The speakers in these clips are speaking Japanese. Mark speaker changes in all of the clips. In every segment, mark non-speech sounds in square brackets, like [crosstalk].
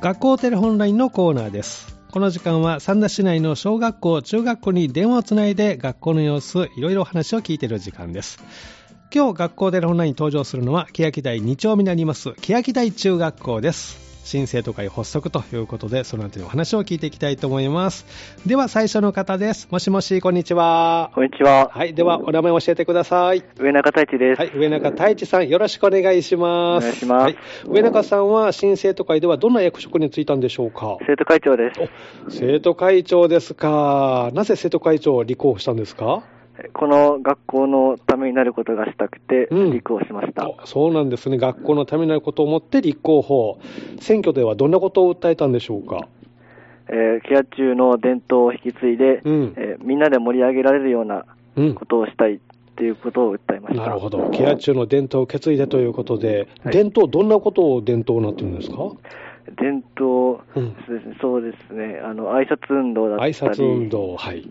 Speaker 1: 学校テレホンラインのコーナーですこの時間は三田市内の小学校中学校に電話をつないで学校の様子いろいろお話を聞いている時間です今日学校テレホンラインに登場するのは欅台2丁目にあります欅台中学校です新生徒会発足ということでそのあたりお話を聞いていきたいと思いますでは最初の方ですもしもしこんにちは
Speaker 2: こんにちは。
Speaker 1: はいではお名前を教えてください
Speaker 2: 上中太一です。
Speaker 1: はい、上中太一さん、よろしくお願いします。
Speaker 2: お願いします
Speaker 1: はい、上中さんは新生徒会ではどんな役職に就いたんでしょうか。
Speaker 2: 生徒会長です。
Speaker 1: お、生徒会長ですか。なぜ生徒会長を立候補したんですか。
Speaker 2: この学校のためになることがしたくて、
Speaker 1: うん
Speaker 2: 立候補しました。
Speaker 1: おそうなんですね。学校のためになることを思って立候補。選挙ではどんなことを訴えたんでしょうか。
Speaker 2: えーケア中の伝統を引き継いで、
Speaker 1: うん
Speaker 2: えーみんなで盛り上げられるような
Speaker 1: うん
Speaker 2: こ。とをしたいっていうことを訴えました。
Speaker 1: なるほど。ケア中の伝統を受け継いでということで、
Speaker 2: はい
Speaker 1: 伝統どんなことを伝統になってるんですか。
Speaker 2: 伝統、
Speaker 1: うん
Speaker 2: そうですねそうですね、あの、挨拶運動だった
Speaker 1: 挨
Speaker 2: り、
Speaker 1: 拶運動、はい。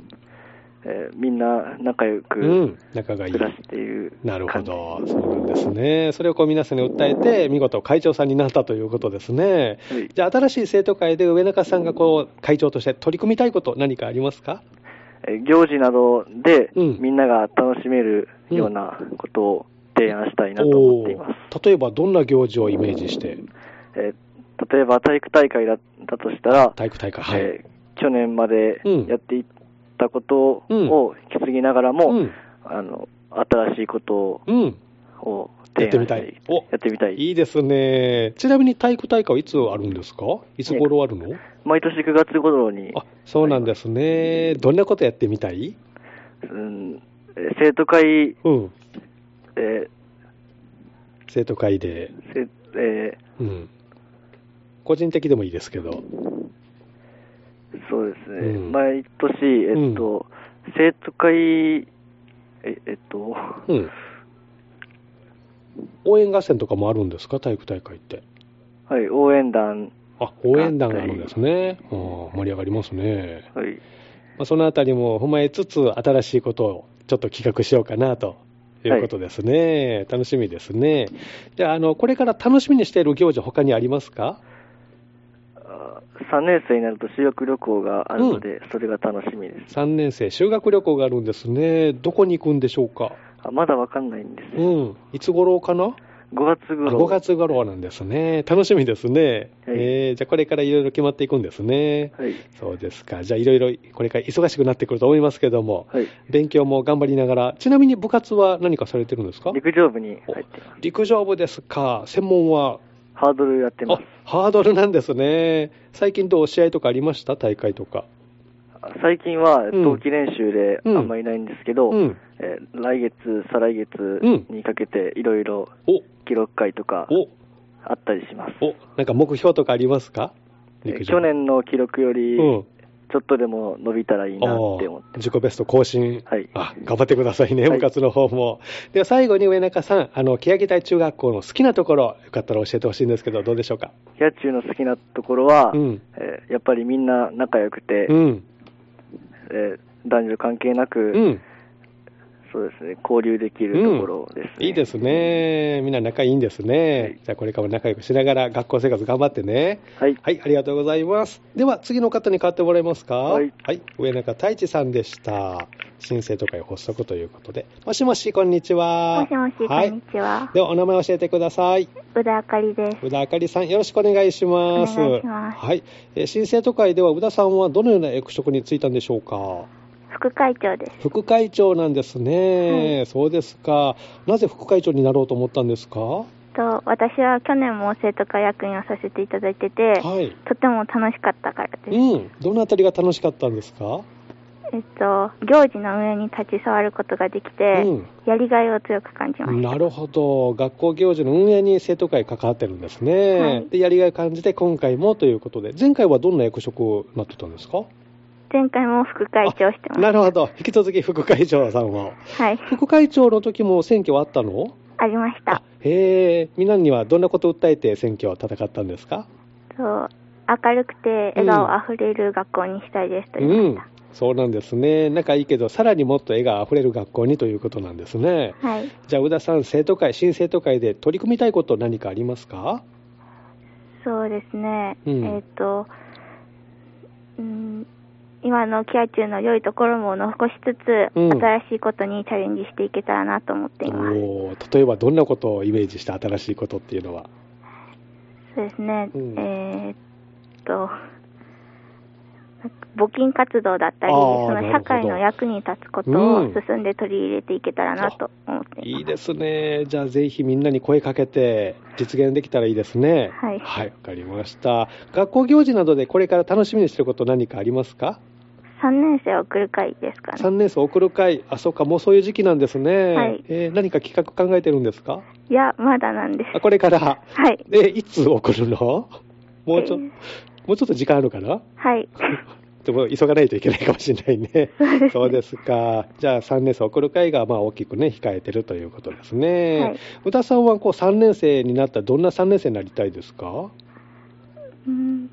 Speaker 2: えーみんな仲良く
Speaker 1: うん。仲がいい
Speaker 2: 暮。らすっていう感じ、
Speaker 1: なるほど、そうなんですね。それをこう皆さんに訴えて、見事会長さんになったということですね。
Speaker 2: はい
Speaker 1: じゃあ、新しい生徒会で上中さんがこう会長として取り組みたいこと、何かありますか
Speaker 2: えー行事などで、
Speaker 1: うん
Speaker 2: みんなが楽しめるようなことを提案したいなと思っています。
Speaker 1: おー例えば、どんな行事をイメージして、
Speaker 2: えー例えば体育大会だったとしたら、
Speaker 1: 体育大会、はい。
Speaker 2: えー去年まで
Speaker 1: うん
Speaker 2: やっていったこと
Speaker 1: うん
Speaker 2: を引き継ぎながらも、
Speaker 1: うん
Speaker 2: あの新しいこと
Speaker 1: うん、
Speaker 2: を
Speaker 1: や
Speaker 2: 提
Speaker 1: って
Speaker 2: 案
Speaker 1: み
Speaker 2: した
Speaker 1: た
Speaker 2: い
Speaker 1: い。お
Speaker 2: やってみたい
Speaker 1: いいですね。ちなみに体育大会はいつあるんですかいつ頃あるの、
Speaker 2: 毎年9月頃に、
Speaker 1: あ、そうなんですね。どんなことやってみたい
Speaker 2: うんえー生徒会、
Speaker 1: うん、
Speaker 2: えー
Speaker 1: 生徒会で。
Speaker 2: せえ
Speaker 1: うん。個人的でもいいですけど。
Speaker 2: ーそうですね、
Speaker 1: うん
Speaker 2: 毎年、えっと生徒会、ええっと、
Speaker 1: うん。応援合戦とかもあるんですか、体育大会って。
Speaker 2: はい、応援団、
Speaker 1: あ、応援団があるんですね。あー盛り上がりますね。
Speaker 2: はい、
Speaker 1: まあ、そのあたりも踏まえつつ、新しいことをちょっと企画しようかなと。いうことですね、楽しみですね。じゃあ、あの、これから楽しみにしている行事、他にありますか
Speaker 2: あ3年生になると修学旅行があるので、それが楽しみです。
Speaker 1: ?3 年生、修学旅行があるんですね。どこに行くんでしょうか
Speaker 2: あまだわかんないんです
Speaker 1: う
Speaker 2: よ。
Speaker 1: ん。いつ頃かな
Speaker 2: 5月
Speaker 1: あ
Speaker 2: 頃。
Speaker 1: 5月頃なんですね。楽しみですね。
Speaker 2: はい
Speaker 1: えーじゃあ、これからいろいろ決まっていくんですね。
Speaker 2: はい。
Speaker 1: そうですか。じゃあ、いろいろこれから忙しくなってくると思いますけども、
Speaker 2: はい。
Speaker 1: 勉強も頑張りながら、ちなみに部活は何かされてるんですか
Speaker 2: 陸上部に入ってます。
Speaker 1: 陸上部ですか。専門は
Speaker 2: ハードルやってます。
Speaker 1: あ、ハードルなんですね。最近どう試合とかありました大会とか。
Speaker 2: あ最近は
Speaker 1: うん
Speaker 2: 冬季練習で
Speaker 1: うん
Speaker 2: あんまりないんですけど、
Speaker 1: うん
Speaker 2: えー来月、再来月
Speaker 1: うん
Speaker 2: にかけていろいろ
Speaker 1: お、
Speaker 2: 記録会とか
Speaker 1: お、
Speaker 2: あったりします。
Speaker 1: お、なんか目標とかありますか
Speaker 2: えー
Speaker 1: 陸上
Speaker 2: 去年の記録よりち
Speaker 1: う
Speaker 2: ょ
Speaker 1: ん
Speaker 2: っとでも伸びたらいいなって
Speaker 1: あ
Speaker 2: 思っ
Speaker 1: ー
Speaker 2: てます。
Speaker 1: 自己ベスト更新、
Speaker 2: はい
Speaker 1: あ頑張ってくださいね、
Speaker 2: はい
Speaker 1: 部活の方も。では最後に上中さん、あの欅台中学校の好きなところ、よかったら教えてほしいんですけど、どうでしょうか。
Speaker 2: キャッチューの好きなところは、
Speaker 1: うん
Speaker 2: えーやっぱりみんな仲良くて、
Speaker 1: うん、
Speaker 2: えー男女関係なく、
Speaker 1: うん、
Speaker 2: そうですね、交流できるところですね。
Speaker 1: いいですね、みんな仲いいんですね、
Speaker 2: はい
Speaker 1: じゃあ、これからも仲良くしながら、学校生活頑張ってね。
Speaker 2: はい。
Speaker 1: はい、ありがとうございます。では、次の方に代わってもらえますか。
Speaker 2: はい
Speaker 1: 上中太一さんでした。新生徒会発足ということで、もしもし、こんにちは。
Speaker 3: もしもし、こ
Speaker 1: はい
Speaker 3: んにちは。
Speaker 1: では、お名前教えてください。
Speaker 3: 宇田あかりです。
Speaker 1: 宇田あかりさん、よろしくお願いします。
Speaker 3: お願いします
Speaker 1: はい、えー新生徒会では宇田さんはどのような役職に就いたんでしょうか。
Speaker 3: 副会長です。
Speaker 1: 副会長なんですね。そうですか。なぜ副会長になろうと思ったんですか。は
Speaker 3: と、私は去年も生徒会役員をさせていただいてて、
Speaker 1: い。
Speaker 3: とても楽しかったからです。
Speaker 1: うん。どのあたりが楽しかったんですか。
Speaker 3: えっと、行事の上に立ち触ることができて、
Speaker 1: うん
Speaker 3: やりがいを強く感じました。
Speaker 1: なるほど。学校行事の運営に生徒会関わってるんですね。
Speaker 3: はい
Speaker 1: で、やりがいを感じて今回もということで、前回はどんな役職をなってたんですか。
Speaker 3: 前回も副会長をしてま
Speaker 1: なるほど。引き続き副会長さんを。
Speaker 3: す。はい。
Speaker 1: 副会長の時も選挙はあったの
Speaker 3: ありまし
Speaker 1: あ
Speaker 3: た。
Speaker 1: へえ、みんなにはどんなことを訴えて選挙を戦ったんですか
Speaker 3: と、明るくて笑顔あふれる学校にしたいですと言
Speaker 1: う
Speaker 3: い
Speaker 1: ん
Speaker 3: まし、
Speaker 1: そうなんですね。仲いいけど、さらにもっと絵があふれる学校にということなんですね。
Speaker 3: た。はい。
Speaker 1: じゃあ、宇田さん、生徒会、新生徒会で取り組みたいこと何かありますか
Speaker 3: そうですね、
Speaker 1: うん
Speaker 3: えっ、と、うん、今のキャ中の良いところも残しつつ、
Speaker 1: うん
Speaker 3: 新しいことにチャレンジしていけたらなと思っています。
Speaker 1: おー例えばどんなことをイメージした新しいことっていうのは、
Speaker 3: そうですね、
Speaker 1: うん
Speaker 3: えーっと、なんか募金活動だったり、
Speaker 1: あー
Speaker 3: そ
Speaker 1: なるほ
Speaker 3: の
Speaker 1: ど
Speaker 3: 社会の役に立つこと
Speaker 1: う
Speaker 3: を
Speaker 1: ん
Speaker 3: 進んで取り入れていけたらなと思っていま
Speaker 1: い
Speaker 3: す。
Speaker 1: いですね、じゃあぜひみんなに声かけて、実現できたらいいですね。
Speaker 3: はい
Speaker 1: わかりました。学校行事などでこれから楽しみにしてること、何かありますか、
Speaker 3: 3年生を送る会ですか
Speaker 1: 3
Speaker 3: ね。
Speaker 1: 年生送る会、あそうか、もうそういう時期なんですね、
Speaker 3: はい
Speaker 1: えー何か企画考えてるんですか、
Speaker 3: いや、まだなんです
Speaker 1: あ。これから、
Speaker 3: はい。
Speaker 1: えいつ送るのもうちょ
Speaker 3: えー
Speaker 1: もうちょっと時間あるかな
Speaker 3: はい。
Speaker 1: でも急がないといけないかもしれないね。そうですか。じゃあ3年生送る会がまあ大きくね控えてるということですね。
Speaker 3: はい
Speaker 1: 宇田さんはこう3年生になったらどんな3年生になりたいですか？
Speaker 3: うん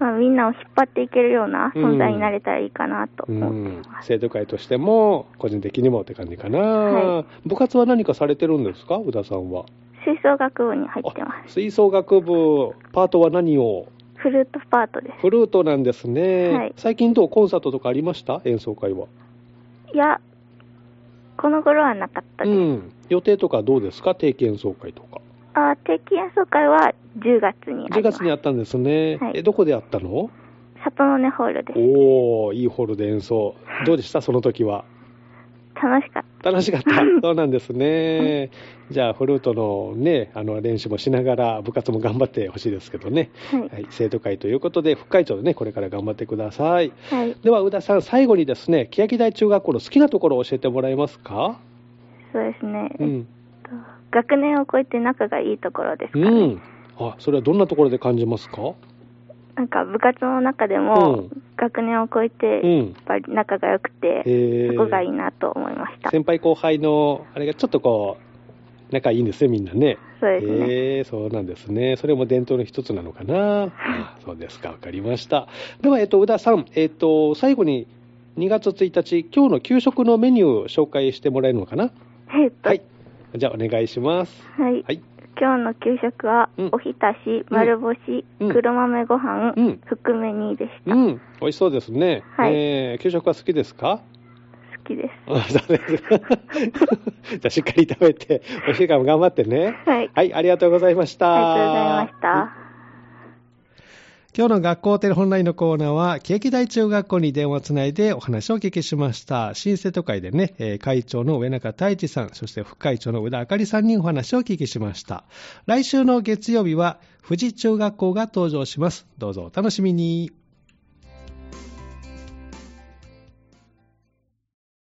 Speaker 3: まあ、みんなを引っ張っていけるような存在になれたらいいかなと
Speaker 1: う
Speaker 3: 思ってい
Speaker 1: ん
Speaker 3: ま。す。
Speaker 1: 生徒会としても個人的にもって感じかな。
Speaker 3: は
Speaker 1: 部活は何かされてるんですか？宇田さんは。
Speaker 3: 吹奏楽部に入ってま
Speaker 1: あ吹奏楽部パートは何を？
Speaker 3: す。フルートパートで
Speaker 1: フルートなんですね。
Speaker 3: はい
Speaker 1: 最近どうコンサートとかありました？演奏会は。
Speaker 3: す。いや、この頃はなかった
Speaker 1: う
Speaker 3: です。
Speaker 1: ん。予定とかどうですか？定期演奏会とか。
Speaker 3: あ定期演奏会は10月に
Speaker 1: 10
Speaker 3: あります。
Speaker 1: 月にあったんですね、
Speaker 3: はい
Speaker 1: えどこであったの
Speaker 3: 里の根ホールです。
Speaker 1: おーいいホールで演奏どうでしたその時は
Speaker 3: 楽しかっ
Speaker 1: 楽しかった
Speaker 3: [laughs]
Speaker 1: そうなんですねじゃあフルートのねあの練習もしながら部活も頑張ってほしいですけどね、
Speaker 3: た。はい。
Speaker 1: はい、生徒会ということで副会長でねこれから頑張ってください
Speaker 3: はい。
Speaker 1: では宇田さん最後にですね欅台中学校の好きなところを教えてもらえますか
Speaker 3: そうですね。
Speaker 1: う
Speaker 3: えっ
Speaker 1: ん
Speaker 3: と学年を超えて仲がいいところですか
Speaker 1: う
Speaker 3: ね。
Speaker 1: んあそれはどんなところで感じますか
Speaker 3: なんか部活の中でも、
Speaker 1: うん
Speaker 3: 学年を超えて、
Speaker 1: う
Speaker 3: やっ
Speaker 1: ん
Speaker 3: ぱり仲が良くて、
Speaker 1: え
Speaker 3: そこがいいなと思いました。
Speaker 1: 先輩後輩のあれがちょっとこう仲いいんですねみんなね
Speaker 3: そうですね。
Speaker 1: えーそうなんですねそれも伝統の一つなのかなあそうですかわかりましたでは、えっと、宇田さん、えっと、最後に2月1日今日の給食のメニュー紹介してもらえるのかな
Speaker 3: えっと、
Speaker 1: はいじゃあお願いします
Speaker 3: はい
Speaker 1: はい
Speaker 3: 今日の給食は、
Speaker 1: うん
Speaker 3: おひたし、丸干し、
Speaker 1: うん
Speaker 3: 黒豆ご飯、
Speaker 1: うん
Speaker 3: 含めにでし
Speaker 1: う
Speaker 3: た。好
Speaker 1: ん美味しそうですね、
Speaker 3: はい
Speaker 1: えー給食は好きですか [laughs]
Speaker 3: きです。
Speaker 1: あそうですかじゃあしっかり食べて美味しいからも頑張ってね
Speaker 3: はい。
Speaker 1: はいありがとうございました
Speaker 3: ありがとうございました。
Speaker 1: 今日の学校テレホンラインのコーナーは、景気大中学校に電話をつないでお話をお聞きしました。新生徒会でね、えー会長の上中太一さん、そして副会長の宇田あかりさんにお話をお聞きしました。来週の月曜日は、富士中学校が登場します。どうぞお楽しみに。